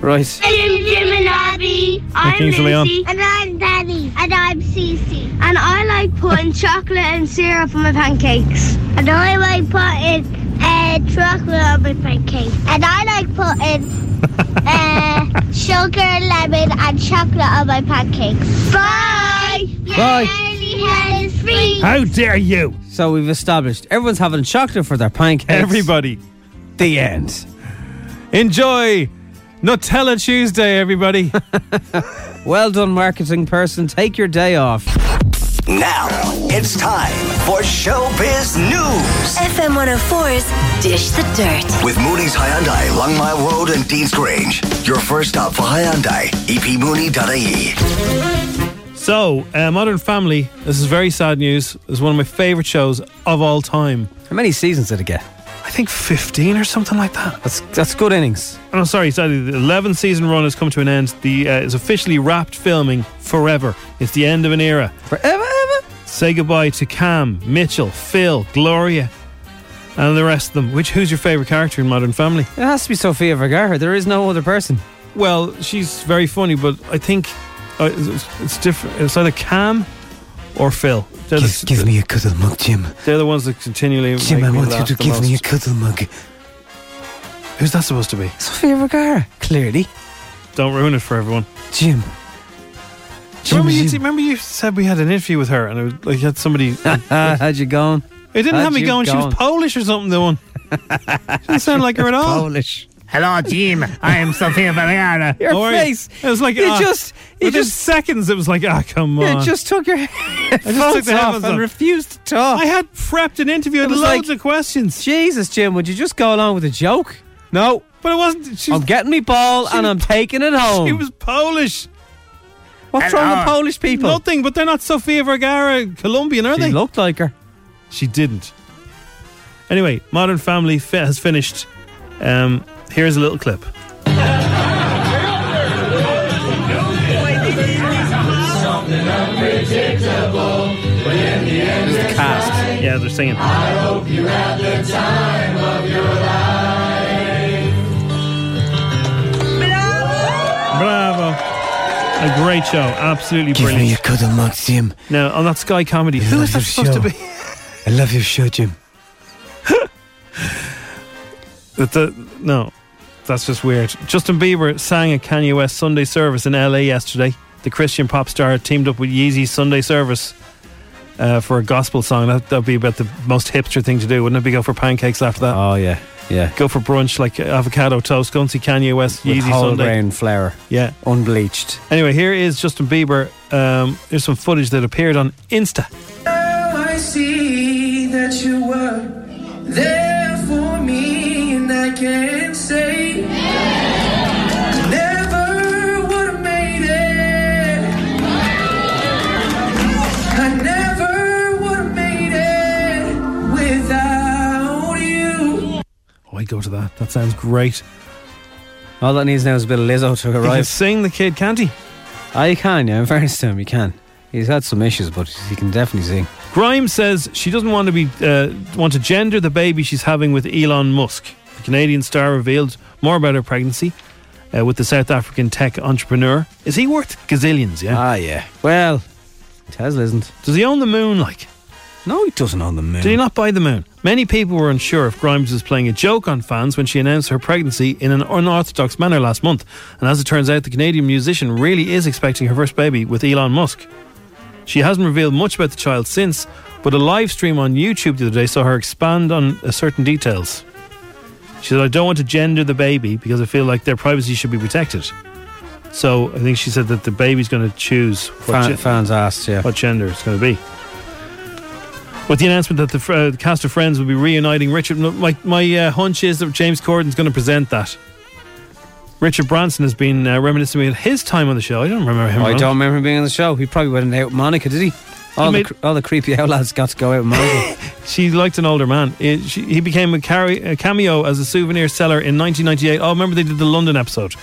Speaker 3: Right.
Speaker 10: Jim, Jim, and Abby.
Speaker 4: I'm Kingsley on. Lucy.
Speaker 10: And I'm Danny. And I'm Cece.
Speaker 14: And I like putting chocolate and syrup on my pancakes.
Speaker 10: And I like putting uh, chocolate on my pancakes. And I like putting uh, sugar, lemon, and chocolate on my pancakes. Bye!
Speaker 3: Bye.
Speaker 10: Early head is free.
Speaker 4: dare you?
Speaker 3: So we've established everyone's having chocolate for their pancakes.
Speaker 4: Everybody.
Speaker 3: The end.
Speaker 4: Enjoy Nutella Tuesday, everybody.
Speaker 3: well done, marketing person. Take your day off.
Speaker 1: Now it's time for Showbiz News.
Speaker 16: FM 104's Dish the Dirt.
Speaker 1: With Mooney's Hyundai, Longmire Road and Dean's Grange. Your first stop for Hyundai, E epmooney.ie.
Speaker 4: so, uh, Modern Family, this is very sad news. It's one of my favourite shows of all time.
Speaker 3: How many seasons did it get?
Speaker 4: I think 15 or something like that.
Speaker 3: That's that's good innings.
Speaker 4: I'm Oh, sorry, sorry. The 11 season run has come to an end. The uh, It's officially wrapped filming forever. It's the end of an era.
Speaker 3: Forever, ever?
Speaker 4: Say goodbye to Cam, Mitchell, Phil, Gloria, and the rest of them. Which Who's your favourite character in Modern Family?
Speaker 3: It has to be Sofia Vergara. There is no other person.
Speaker 4: Well, she's very funny, but I think uh, it's, it's different. It's either Cam or Phil. They're the,
Speaker 3: Give me a cuddle mug, Jim.
Speaker 4: they're the ones that continually.
Speaker 3: Jim,
Speaker 4: make
Speaker 3: I
Speaker 4: me
Speaker 3: want you
Speaker 4: laugh
Speaker 3: to
Speaker 4: the
Speaker 3: give me a
Speaker 4: most.
Speaker 3: cuddle mug.
Speaker 4: Who's that supposed to be?
Speaker 3: Sofia Vergara. Clearly.
Speaker 4: Don't ruin it for everyone.
Speaker 3: Jim.
Speaker 4: Do you remember, you, do you remember you said we had an interview with her and it was, like you had somebody.
Speaker 3: Uh, How'd you going?
Speaker 4: It didn't
Speaker 3: How'd
Speaker 4: have me
Speaker 3: you
Speaker 4: going. She was
Speaker 3: going?
Speaker 4: Polish or something. The one. She didn't sound like her at all.
Speaker 3: Polish.
Speaker 17: Hello, Jim. I am Sofia Vergara.
Speaker 4: How are you? It was like
Speaker 3: You
Speaker 4: ah,
Speaker 3: just- you
Speaker 4: within
Speaker 3: just-
Speaker 4: seconds. It was like ah, come
Speaker 3: You
Speaker 4: on.
Speaker 3: just took your
Speaker 4: took
Speaker 3: headphones
Speaker 4: the
Speaker 3: off
Speaker 4: headphones
Speaker 3: and
Speaker 4: off.
Speaker 3: refused to talk.
Speaker 4: I had prepped an interview. I
Speaker 3: It
Speaker 4: had
Speaker 3: was
Speaker 4: loads
Speaker 3: like,
Speaker 4: of questions.
Speaker 3: Jesus, Jim, would you just go along with a joke? No.
Speaker 4: But it wasn't. She
Speaker 3: I'm getting me ball and I'm taking it home.
Speaker 4: She was Polish.
Speaker 3: What's wrong with Polish people?
Speaker 4: Nothing, but they're not Sofia Vergara Colombian, are
Speaker 3: She
Speaker 4: they?
Speaker 3: looked like her.
Speaker 4: She didn't. Anyway, Modern Family fi- has finished. Um, here's a little clip. Cast. Yeah, they're singing. Bravo. A great show. Absolutely brilliant.
Speaker 3: a cuddle mug, Jim.
Speaker 4: Now, on that Sky Comedy, who is that supposed to be?
Speaker 3: I love your show, Jim.
Speaker 4: That the, no, that's just weird. Justin Bieber sang at Kanye West Sunday service in LA yesterday. The Christian pop star teamed up with Yeezy Sunday service uh, for a gospel song. That would be about the most hipster thing to do, wouldn't it? Be go for pancakes after that.
Speaker 3: Oh, yeah. Yeah.
Speaker 4: Go for brunch like avocado toast. Go and see Kanye West
Speaker 3: With
Speaker 4: Yeezy
Speaker 3: whole
Speaker 4: Sunday.
Speaker 3: grain flour.
Speaker 4: Yeah.
Speaker 3: Unbleached.
Speaker 4: Anyway, here is Justin Bieber. Um, here's some footage that appeared on Insta.
Speaker 18: Now I see that you were there for me, and I can't say never would have made it. I never would have made it without you.
Speaker 4: Oh, I go to that. That sounds great.
Speaker 3: All that needs now is a bit of Lizzo to
Speaker 4: He can
Speaker 3: arrive.
Speaker 4: sing the kid, can't he?
Speaker 3: Oh, you can, yeah. In fairness to him, you can. He's had some issues, but he can definitely sing.
Speaker 4: Grimes says she doesn't want to be uh, want to gender the baby she's having with Elon Musk. The Canadian star revealed more about her pregnancy uh, with the South African tech entrepreneur. Is he worth gazillions? Yeah.
Speaker 3: Ah, yeah. Well, Tesla isn't.
Speaker 4: Does he own the moon? Like,
Speaker 3: no, he doesn't own the moon.
Speaker 4: Did he not buy the moon? Many people were unsure if Grimes was playing a joke on fans when she announced her pregnancy in an unorthodox manner last month. And as it turns out, the Canadian musician really is expecting her first baby with Elon Musk. She hasn't revealed much about the child since, but a live stream on YouTube the other day saw her expand on uh, certain details. She said, I don't want to gender the baby because I feel like their privacy should be protected. So I think she said that the baby's going to choose what,
Speaker 3: Fan,
Speaker 4: gen-
Speaker 3: fans asked, yeah.
Speaker 4: what gender it's going to be. With the announcement that the, fr- uh, the cast of Friends will be reuniting, Richard, my, my uh, hunch is that James Corden's going to present that. Richard Branson has been uh, reminiscing about his time on the show. I don't remember him.
Speaker 3: I
Speaker 4: around.
Speaker 3: don't remember him being on the show. He probably went out with Monica, did he? All,
Speaker 4: made-
Speaker 3: the, cr- all the creepy out lads got to go out with Monica.
Speaker 4: She liked an older man. It, she, he became a, carry, a cameo as a souvenir seller in 1998. Oh, remember they did the London episode.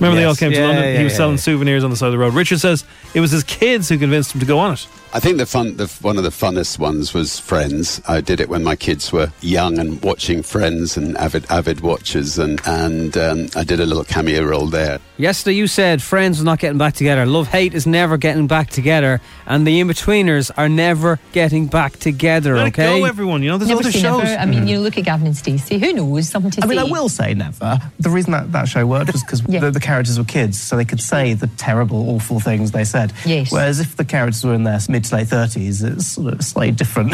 Speaker 4: Remember they all
Speaker 19: Yes.
Speaker 4: came to
Speaker 19: Yeah,
Speaker 4: London.
Speaker 19: yeah,
Speaker 4: he was
Speaker 19: yeah,
Speaker 4: selling
Speaker 19: yeah.
Speaker 4: souvenirs on the side of the road. Richard says it was his kids who convinced him to go on it.
Speaker 19: I think the fun, the, one of the funnest ones was Friends. I did it when my kids were young and watching Friends and avid, avid watchers, and and um, I did a little cameo role there.
Speaker 3: Yesterday, you said friends was not getting back together. Love hate is never getting back together, and the in betweeners are never getting back together.
Speaker 4: Let it
Speaker 3: okay,
Speaker 4: go, everyone. You know, there's
Speaker 20: Never
Speaker 4: other
Speaker 20: say
Speaker 4: shows.
Speaker 20: never. I mean, you look at Gavin and Stacey. Who knows? Something to see.
Speaker 21: I mean, I will say never. The reason that that show worked was because the, the characters were kids, so they could say the terrible, awful things they said.
Speaker 20: Yes.
Speaker 21: Whereas if the characters were in their mid to late thirties, it's sort of slightly different.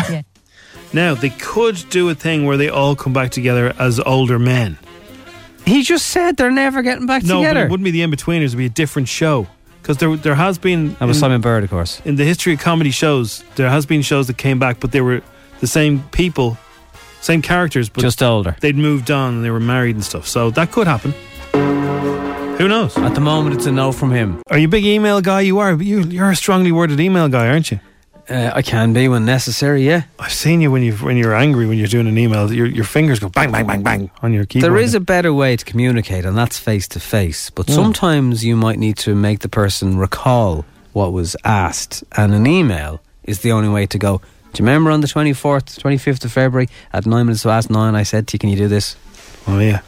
Speaker 4: Now they could do a thing where they all come back together as older men.
Speaker 3: He just said they're never getting back
Speaker 4: no,
Speaker 3: together.
Speaker 4: but it wouldn't be the in betweeners. It'd be a different show because there there has been.
Speaker 3: That was
Speaker 4: in-
Speaker 3: Simon Bird, of course.
Speaker 4: in the history of comedy shows, there has been shows that came back, but they were the same people, same characters, but
Speaker 3: Just older.
Speaker 4: They'd moved on and they were married and stuff. So that could happen. Who knows?
Speaker 3: At the moment, it's a no from him.
Speaker 4: Are you a big email guy? You are. but You, you're a strongly worded email guy, aren't you?
Speaker 3: Uh, I can be when necessary. Yeah.
Speaker 4: I've seen you when you when you're angry when you're doing an email. Your your fingers go bang bang bang bang on your keyboard.
Speaker 3: There is a better way to communicate, and that's face to face. But
Speaker 4: Mm.
Speaker 3: sometimes you might need to make the person recall what was asked, and an email is the only way to go. Do you remember on the 24th, 25th of February at 9 minutes past 9, I said to you, can you do this?
Speaker 4: Oh, yeah.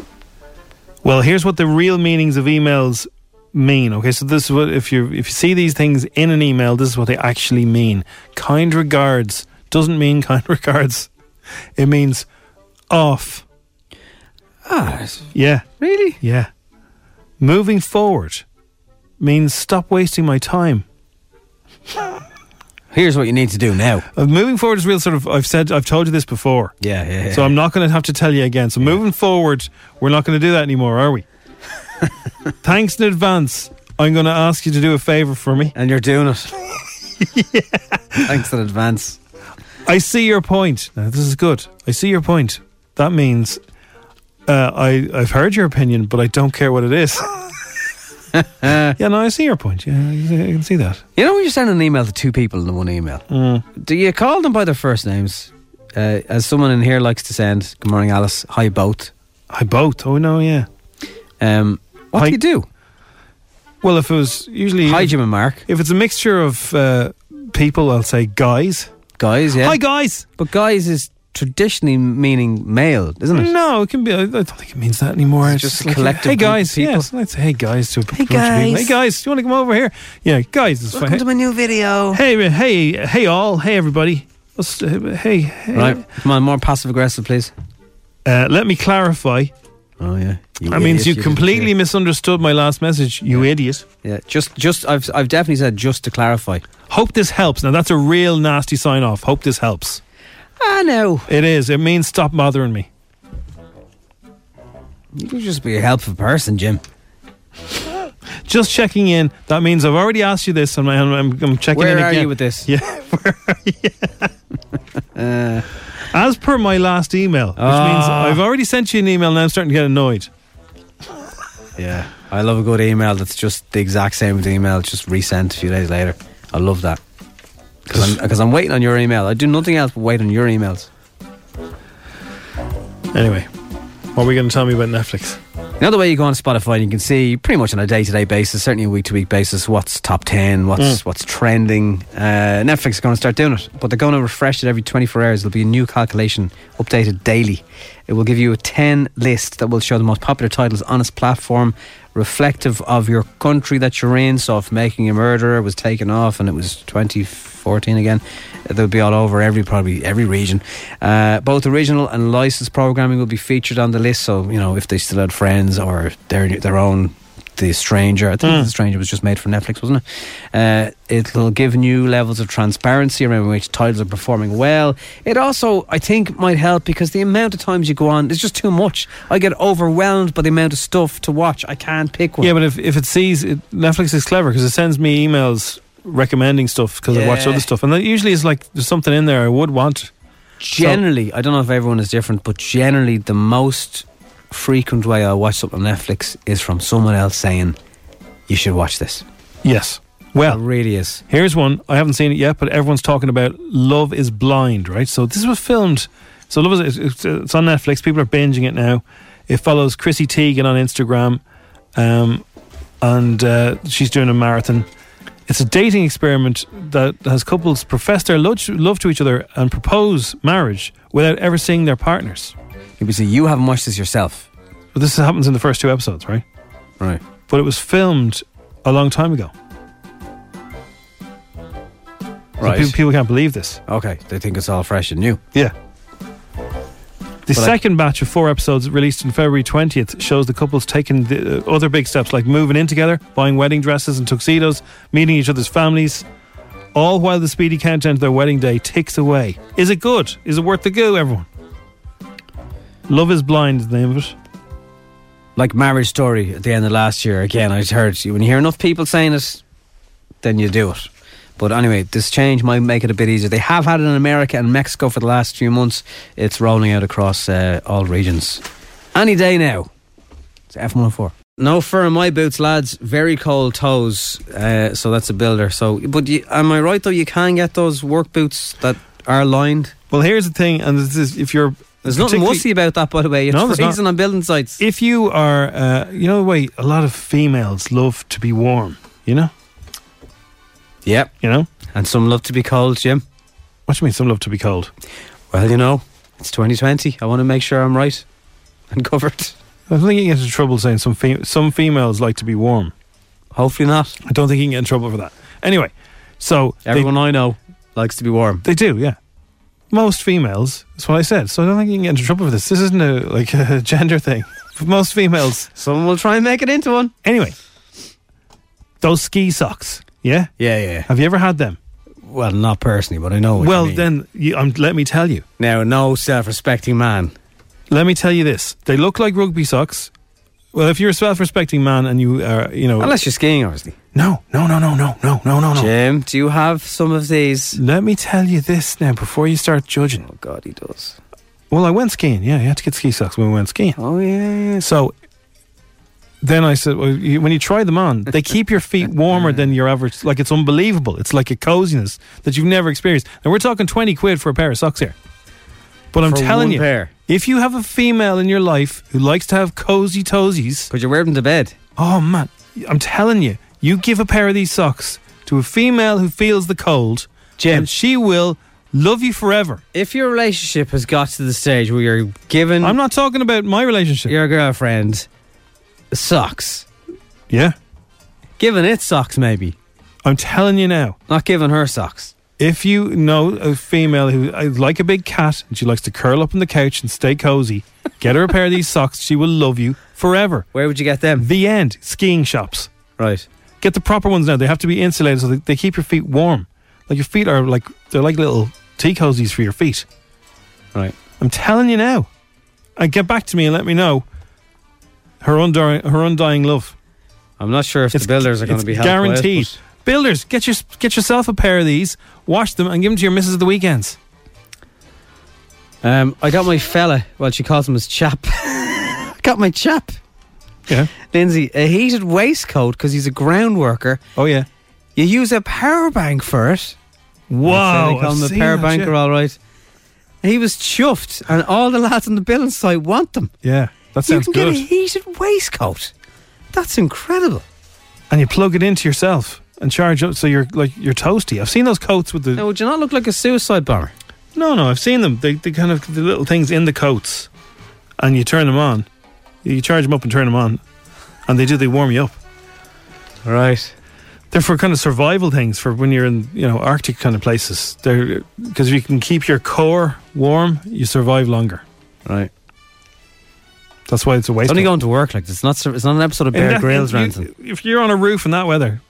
Speaker 4: Well, here's what the real meanings of emails mean. Okay, so this is what if you if you see these things in an email, this is what they actually mean. Kind regards doesn't mean kind regards. It means off.
Speaker 3: Ah,
Speaker 4: Yeah.
Speaker 3: Really?
Speaker 4: Yeah. Moving forward means stop wasting my time.
Speaker 3: Here's what you need to do now.
Speaker 4: Uh, moving forward is real sort of I've said I've told you this before.
Speaker 3: Yeah, yeah. yeah.
Speaker 4: So I'm not going to have to tell you again. So moving forward, we're not going to do that anymore, are we? Thanks in advance. I'm going to ask you to do a favor for me.
Speaker 3: And you're doing it. Thanks in advance.
Speaker 4: I see your point. Now, this is good. I see your point. That means uh, I, I've heard your opinion, but I don't care what it is. yeah, no, I see your point. Yeah, I I can see that.
Speaker 3: You know when you send an email to two people in one email, do you call them by their first names? Uh, as someone in here likes to send, good morning, Alice. Hi, both.
Speaker 4: Hi, both. Oh, no, yeah.
Speaker 3: Um, what
Speaker 4: Hi-
Speaker 3: do you do?
Speaker 4: Well, if it was usually.
Speaker 3: Hi, Jim and Mark.
Speaker 4: If it's a mixture of uh, people, I'll say guys.
Speaker 3: Guys, yeah.
Speaker 4: Hi, guys.
Speaker 3: But guys is traditionally meaning male, isn't it?
Speaker 4: No, it can be. I I don't think it means that anymore. It's,
Speaker 3: just a
Speaker 4: like,
Speaker 3: collective
Speaker 4: Hey
Speaker 3: group of
Speaker 4: guys,
Speaker 3: people.
Speaker 4: yes. I'd say hey guys to a bunch of people.
Speaker 3: guys.
Speaker 4: Hey guys, do you want to come over here? Yeah, guys. It's
Speaker 3: Welcome
Speaker 4: fine.
Speaker 3: to my new video.
Speaker 4: Hey, hey, hey, all. Hey, everybody. Let's- uh, Hey, hey.
Speaker 3: Right, come on, more passive aggressive, please.
Speaker 4: Uh, let me clarify.
Speaker 3: Oh yeah, You
Speaker 4: that means
Speaker 3: idiot,
Speaker 4: you
Speaker 3: did,
Speaker 4: completely misunderstood my last message. You idiot.
Speaker 3: Yeah, Yeah, just, just, I've, I've definitely said just to clarify.
Speaker 4: Hope this helps. Now that's a real nasty sign off. Hope this helps.
Speaker 3: I know.
Speaker 4: It is. It means stop bothering me.
Speaker 3: You could just be a helpful person, Jim.
Speaker 4: Just checking in. That means I've already asked you this, and I'm, I'm, I'm checking
Speaker 3: Where
Speaker 4: in
Speaker 3: are
Speaker 4: again.
Speaker 3: you with this?
Speaker 4: Yeah. Uh. As per my last email, which means
Speaker 3: Ah.
Speaker 4: I've already sent you an email and I'm starting to get annoyed.
Speaker 3: Yeah, I love a good email that's just the exact same as the email, it's just resent a few days later. I love that because I'm, 'cause I'm waiting on your email. I do nothing else but wait on your emails.
Speaker 4: Anyway, what are we going to tell me about Netflix?
Speaker 3: Another way you go on Spotify and you can see pretty much on a day to day basis, certainly a week to week basis, what's top 10, what's
Speaker 22: Mm.
Speaker 3: what's trending. Uh, Netflix are going to start doing it, but they're going to refresh it every 24 hours. There'll be a new calculation updated daily. It will give you a 10 list that will show the most popular titles on its platform, reflective of your country that you're in. So if Making a Murderer was taken off and it was 2014 again, they'll be all over every probably every region. Uh, both original and licensed programming will be featured on the list. So you know if they still had friends or their their own. The Stranger. I think
Speaker 23: Mm.
Speaker 3: The Stranger was just made for Netflix, wasn't it? Uh, it'll give new levels of transparency around which titles are performing well. It also, I think, might help because the amount of times you go on is just too much. I get overwhelmed by the amount of stuff to watch. I can't pick one.
Speaker 4: Yeah, but if, if it sees it, Netflix is clever because it sends me emails recommending stuff because I watch
Speaker 3: Yeah.
Speaker 4: other stuff, and that usually is like there's something in there I would want.
Speaker 3: generally, I don't know if everyone is different, but generally, the most frequent way I watch something on Netflix is from someone else saying, "You should watch this."
Speaker 4: Yes. Well,
Speaker 3: it really is.
Speaker 4: Here's one. I haven't seen it yet, but everyone's talking about Love is Blind, right? So this was filmed. So Love is it's, it's on Netflix. People are binging it now. It follows Chrissy Teigen on Instagram, um, and uh, she's doing a marathon. It's a dating experiment that has couples profess their lo- love to each other and propose marriage without ever seeing their partners.
Speaker 3: You see, you haven't watched this yourself.
Speaker 4: But this happens in the first two episodes, right?
Speaker 3: Right.
Speaker 4: But it was filmed a long time ago. So
Speaker 3: Right.
Speaker 4: people, people can't believe this.
Speaker 3: Okay, they think it's all fresh and new.
Speaker 4: Yeah. The
Speaker 3: But I-
Speaker 4: second batch of four episodes released on February 20th shows the couples taking the uh, other big steps like moving in together, buying wedding dresses and tuxedos, meeting each other's families, all while the speedy countdown to their wedding day ticks away. Is it good? Is it worth the go, everyone? Love is Blind is the name of it.
Speaker 3: Like Marriage Story at the end of last year. Again, I heard when you hear enough people saying it, then you do it. But anyway, this change might make it a bit easier. They have had it in America and Mexico for the last few months. It's rolling out across uh, all regions. Any day now. It's F104. No fur in my boots, lads. Very cold toes. Uh, so that's a builder. So, but you, am I right though? You can get those work boots that are lined.
Speaker 4: Well, here's the thing, and this is if you're
Speaker 3: there's nothing
Speaker 4: particularly-
Speaker 3: wussy about that, by the way. It's
Speaker 4: No, there's not.
Speaker 3: freezing on building sites.
Speaker 4: If you are, uh, you know, the way a lot of females love to be warm, you know?
Speaker 3: Yep.
Speaker 4: You know?
Speaker 3: And some love to be cold, Jim.
Speaker 4: What do you mean some love to be cold?
Speaker 3: Well, you know, it's 2020. I want to make sure I'm right and covered.
Speaker 4: I don't think you can get into trouble saying some fem- some females like to be warm.
Speaker 3: Hopefully not.
Speaker 4: I don't think you can get in trouble for that. Anyway, so
Speaker 3: everyone I know likes to be warm.
Speaker 4: They do, yeah. Most females. That's what I said. So I don't think you can get into trouble for this. This isn't a like a gender thing. For most females,
Speaker 3: someone will try and make it into one.
Speaker 4: Anyway, those ski socks. Yeah.
Speaker 3: Yeah, yeah.
Speaker 4: Have you ever had them?
Speaker 3: Well, not personally, but I know. What
Speaker 4: well,
Speaker 3: you mean.
Speaker 4: then you, um, let me tell you.
Speaker 3: Now, no self-respecting man.
Speaker 4: Let me tell you this: they look like rugby socks. Well, if you're a self-respecting man and you are, you know,
Speaker 3: unless you're skiing, obviously.
Speaker 4: No, no, no, no, no, no, no, no, no.
Speaker 3: Jim, do you have some of these?
Speaker 4: Let me tell you this now before you start judging. Oh
Speaker 3: God, he does.
Speaker 4: Well, I went skiing. Yeah, you had to get ski socks when we went skiing.
Speaker 3: Oh yeah. yeah.
Speaker 4: So then I said, well, you, when you try them on, they keep your feet warmer than your average. Like it's unbelievable. It's like a coziness that you've never experienced. And we're talking twenty quid for a pair of socks here. But I'm
Speaker 3: For
Speaker 4: telling
Speaker 3: one
Speaker 4: you,
Speaker 3: pair.
Speaker 4: if you have a female in your life who likes to have cozy toesies,
Speaker 3: could you wear them to bed?
Speaker 4: Oh man, I'm telling you, you give a pair of these socks to a female who feels the cold, and she will love you forever.
Speaker 3: If your relationship has got to the stage where you're given, I'm
Speaker 4: not talking about my relationship.
Speaker 3: Your girlfriend socks.
Speaker 4: Yeah.
Speaker 3: Giving it socks, maybe.
Speaker 4: I'm telling you now.
Speaker 3: Not giving her socks.
Speaker 4: If you know a female who is like a big cat and she likes to curl up on the couch and stay cozy, get her a pair of these socks. She will love you forever.
Speaker 3: Where would you get them?
Speaker 4: The end. Skiing shops.
Speaker 3: Right.
Speaker 4: Get the proper ones now. They have to be insulated so they, they keep your feet warm. Like your feet are like they're like little tea cozies for your feet.
Speaker 3: Right.
Speaker 4: I'm telling you now. And get back to me and let me know her undying, her undying love.
Speaker 3: I'm not sure if the builders are going to be helped by us,
Speaker 4: guaranteed. Builders, get your, get yourself a pair of these, wash them, and give them to your missus at the weekends.
Speaker 3: but- Um, I got my fella. Well, she calls him his chap. got my chap.
Speaker 4: Yeah.
Speaker 3: Lindsay, a heated waistcoat because he's a ground worker.
Speaker 4: Oh yeah.
Speaker 3: You use a power bank for it.
Speaker 4: Wow,
Speaker 3: So they call
Speaker 4: I've
Speaker 3: him a
Speaker 4: seen
Speaker 3: power
Speaker 4: that,
Speaker 3: banker,
Speaker 4: yeah.
Speaker 3: all right. He was chuffed, and all the lads on the building site want them.
Speaker 4: Yeah. That sounds
Speaker 3: you can
Speaker 4: good.
Speaker 3: get a heated waistcoat. That's incredible.
Speaker 4: and you plug it into yourself and charge up so you're like you're toasty. I've seen those coats with the.
Speaker 3: Now, would you not look like a suicide bomber?
Speaker 4: No, no, I've seen them. They, they kind of the little things in the coats, and you turn them on. You charge them up and turn them on, and they do. They warm you up.
Speaker 3: Right.
Speaker 4: They're for kind of survival things for when you're in you know Arctic kind of places. They're because if you can keep your core warm, you survive longer.
Speaker 3: Right.
Speaker 4: That's why it's a waste.
Speaker 3: It's only going to work like this. It's not, it's not an episode of
Speaker 4: In
Speaker 3: Bear
Speaker 4: that-
Speaker 3: Grylls or
Speaker 4: you-
Speaker 3: anything.
Speaker 4: If you're on a roof in that weather,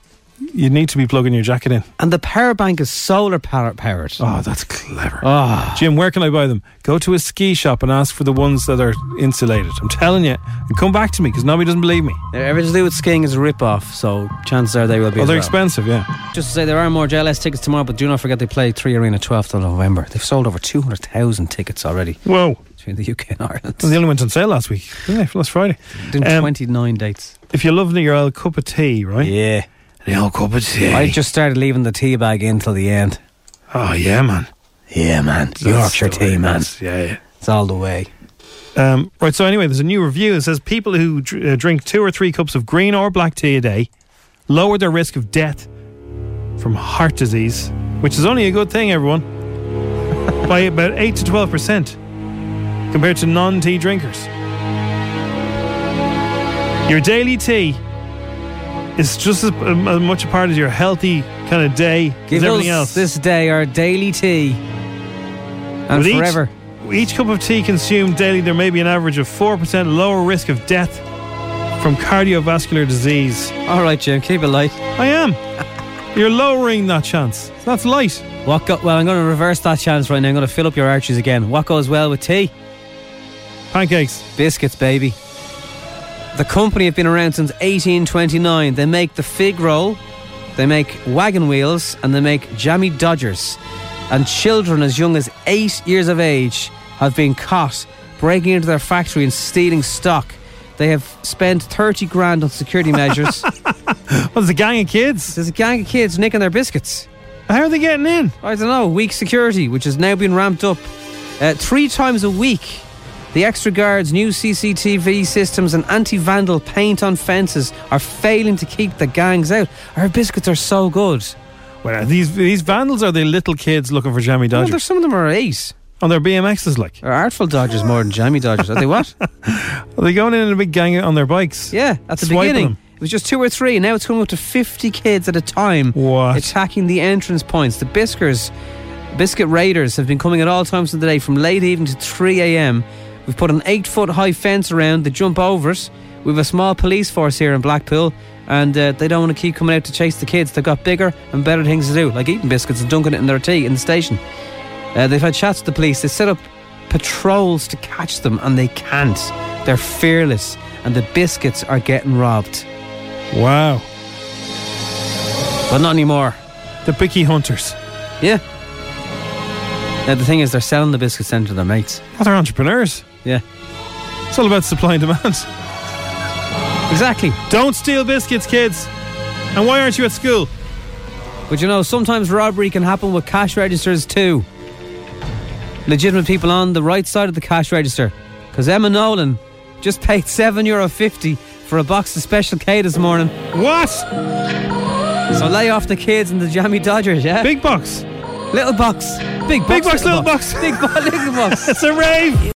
Speaker 4: you need to be plugging your jacket in.
Speaker 3: And the power bank is solar power- powered.
Speaker 4: Oh, that's clever. Ah. Jim, where can I buy them? Go to a ski shop and ask for the ones that are insulated. I'm telling you. And come back to me because nobody doesn't believe me.
Speaker 3: Everything to do with skiing is a rip-off, so chances are they will be
Speaker 4: Oh,
Speaker 3: as
Speaker 4: they're
Speaker 3: well.
Speaker 4: expensive, yeah.
Speaker 3: Just to say, there are more JLS tickets tomorrow, but do not forget they play Three Arena 12th of November. They've sold over 200,000 tickets already.
Speaker 4: Whoa.
Speaker 3: Between the UK and Ireland.
Speaker 4: They only went on sale last week, didn't they? Last Friday.
Speaker 3: Did
Speaker 4: Um,
Speaker 3: 29 dates.
Speaker 4: If you love your old cup of tea, right?
Speaker 3: Yeah.
Speaker 4: The old cup of tea.
Speaker 3: I just started leaving the tea bag in till the end.
Speaker 4: Oh, yeah, man.
Speaker 3: Yeah, man. Yorkshire tea, man.
Speaker 4: Yeah, yeah.
Speaker 3: It's all the way.
Speaker 4: Um, right, so anyway, there's a new review that says people who dr- uh, drink two or three cups of green or black tea a day lower their risk of death from heart disease, which is only a good thing, everyone, by about 8 to 12% compared to non tea drinkers. Your daily tea is just as, um, as much a part of your healthy kind of day
Speaker 3: Give
Speaker 4: as everything
Speaker 3: us
Speaker 4: else.
Speaker 3: this day our daily tea. And
Speaker 4: With each-
Speaker 3: forever.
Speaker 4: Each, cup of tea consumed daily, there may be an average of 4% lower risk of death from cardiovascular disease.
Speaker 3: All right, Jim, keep it light.
Speaker 4: I am. You're lowering that chance. That's light.
Speaker 3: What go- well, I'm going to reverse that chance right now. I'm going to fill up your arches again. What goes well with tea?
Speaker 4: Pancakes.
Speaker 3: Biscuits, baby. The company have been around since 1829. They make the fig roll, they make wagon wheels, and they make jammy dodgers. And children as young as eight years of age have been caught breaking into their factory and stealing stock. They have spent 30 grand on security measures.
Speaker 4: Oh, There's a gang of kids.
Speaker 3: There's a gang of kids nicking their biscuits.
Speaker 4: How are they getting in?
Speaker 3: I don't know. Weak security, which has now been ramped up uh, three times a week. The extra guards, new CCTV systems, and anti-vandal paint on fences are failing to keep the gangs out. Our biscuits are so good.
Speaker 4: Well, are these these vandals are they little kids looking for jammy
Speaker 3: Well,
Speaker 4: dodgers?
Speaker 3: there's some of them are eight.
Speaker 4: on their BMXs, like
Speaker 3: Are artful dodgers more than jammy dodgers? Are they what?
Speaker 4: are they going in in a big gang on their bikes?
Speaker 3: Yeah, at the
Speaker 4: Swiping
Speaker 3: beginning.
Speaker 4: them.
Speaker 3: It was just two or three. Now it's coming up to 50 kids at a time attacking the entrance points. The Biscuits, Biscuit Raiders have been coming at all times of the day from late evening to 3 a.m. We've put an eight foot high fence around. They jump over it. We have a small police force here in Blackpool, and uh, they don't want to keep coming out to chase the kids. They've got bigger and better things to do, like eating biscuits and dunking it in their tea in the station. Uh, they've had chats with the police. They set up patrols to catch them, and they can't. They're fearless, and the biscuits are getting robbed.
Speaker 4: Wow.
Speaker 3: But not anymore.
Speaker 4: The picky hunters.
Speaker 3: Yeah. Now, the thing is, they're selling the biscuits then to their mates.
Speaker 4: Oh, they're entrepreneurs.
Speaker 3: Yeah.
Speaker 4: It's all about supply and demand.
Speaker 3: Exactly.
Speaker 4: Don't steal biscuits, kids. And why aren't you at school?
Speaker 3: But you know, sometimes robbery can happen with cash registers too. Legitimate people on the right side of the cash register. Because Emma Nolan just paid €7.50 for a box of Special K this morning.
Speaker 4: What?
Speaker 3: So lay off the kids and the jammy dodgers, yeah?
Speaker 4: Big box.
Speaker 3: Little box. Big box.
Speaker 4: Big box, little box.
Speaker 3: Big box, little box.
Speaker 4: it's a rave.